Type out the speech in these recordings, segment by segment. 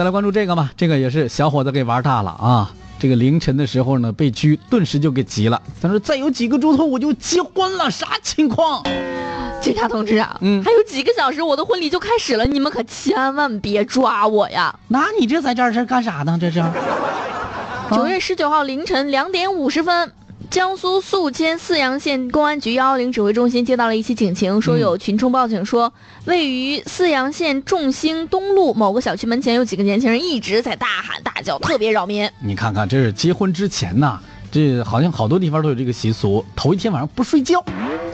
再来关注这个嘛，这个也是小伙子给玩大了啊！这个凌晨的时候呢，被拘，顿时就给急了。他说：“再有几个钟头我就结婚了，啥情况？”警察同志啊，嗯还有几个小时我的婚礼就开始了，你们可千万别抓我呀！那你这在这儿是干啥呢？这是？九月十九号凌晨两点五十分，江苏宿迁泗阳县公安局幺幺零指挥中心接到了一起警情，说嗯有群众报警说，位于泗阳县众兴东路某个小区门前有几个年轻人一直在大喊大叫，特别扰民。你看看，这是结婚之前呐、这好像好多地方都有这个习俗，头一天晚上不睡觉，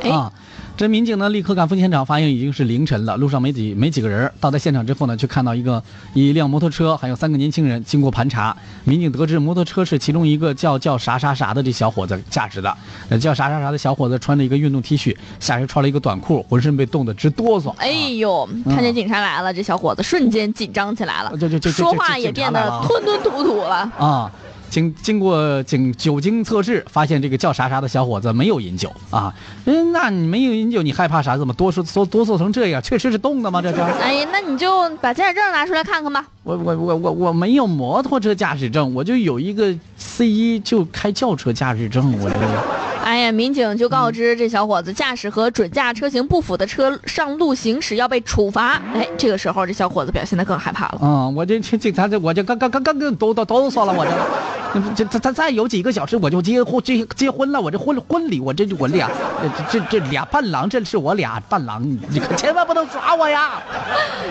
哎啊，这民警呢立刻赶赴现场，发现已经是凌晨了，路上没几没几个人儿。到达现场之后呢，却看到一个一辆摩托车，还有三个年轻人。经过盘查，民警得知摩托车是其中一个叫叫啥啥啥的这小伙子驾驶的。那叫啥啥啥的小伙子穿着一个运动 T 恤，下身穿了一个短裤，浑身被冻得直哆嗦。哎呦，看见警察来了，这小伙子瞬间紧张起来了，就就就就说就话就也警察变来了得啊吞吞吐吐了。啊，经经过警酒精测试，发现这个叫啥啥的小伙子没有饮酒啊。嗯，那你没有饮酒，你害怕啥？怎么哆嗦哆哆嗦成这样？确实是冻的吗？这是？哎呀，那你就把驾驶证拿出来看看吧。我我我我我没有摩托车驾驶证，我就有一个 C 一就开轿车驾驶证，我这个哎呀，民警就告知这小伙子驾驶和准驾车型不符的车上路行驶要被处罚。哎，这个时候这小伙子表现得更害怕了。啊、我这这警察这我这刚刚刚刚刚哆哆哆嗦了，我这这这他再有几个小时我就结婚结结婚了，我这婚婚礼我这我俩这这这俩伴郎，这是我俩伴郎，你你可千万不能耍我呀！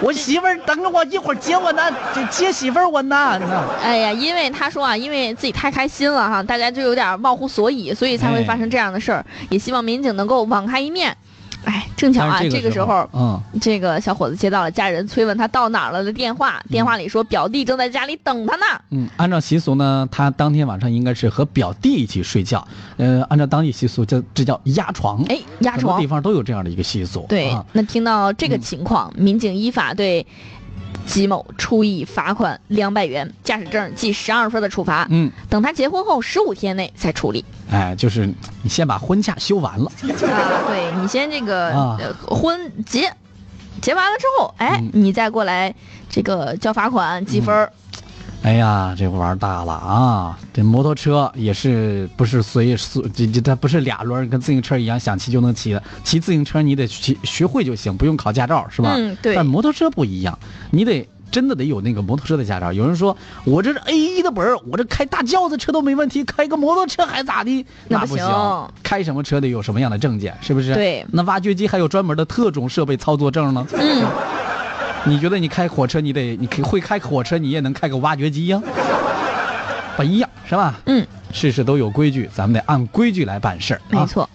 我媳妇儿等着我一会儿接我呢，这接媳妇儿我呢。那哎呀，因为他说啊，因为自己太开心了哈，大家就有点忘乎所以，所以才会发生这样的事儿。也希望民警能够网开一面。哎，正巧啊，但是这个时候。嗯，这个小伙子接到了家人催问他到哪儿了的电话，电话里说表弟正在家里等他呢。嗯，按照习俗呢，他当天晚上应该是和表弟一起睡觉。呃，按照当地习俗叫这叫压床。哎，压很多床地。方都有这样的一个习俗。对，啊、那听到这个嗯情况，民警依法对吉某处以罚款两百元、驾驶证记十二分的处罚，嗯，等他结婚后十五天内再处理。哎，就是你先把婚假休完了，啊，对你先这个、啊呃婚结，结完了之后，哎，嗯你再过来这个交罚款记分儿。哎呀，这玩儿大了啊！这摩托车也是不是随随这这它不是俩轮儿，跟自行车一样想骑就能骑的。骑自行车你得学学会就行，不用考驾照是吧？嗯对但摩托车不一样，你得真的得有那个摩托车的驾照。有人说我这是 A 一的本儿，我这开大轿子车都没问题，开个摩托车还咋的？那那不不行行，开什么车得有什么样的证件，是不是？对那挖掘机还有专门的特种设备操作证呢。嗯，你觉得你开火车，你得你可以会开火车，你也能开个挖掘 机呀、不一样是吧？嗯，事事都有规矩，咱们得按规矩来办事儿、啊。没错。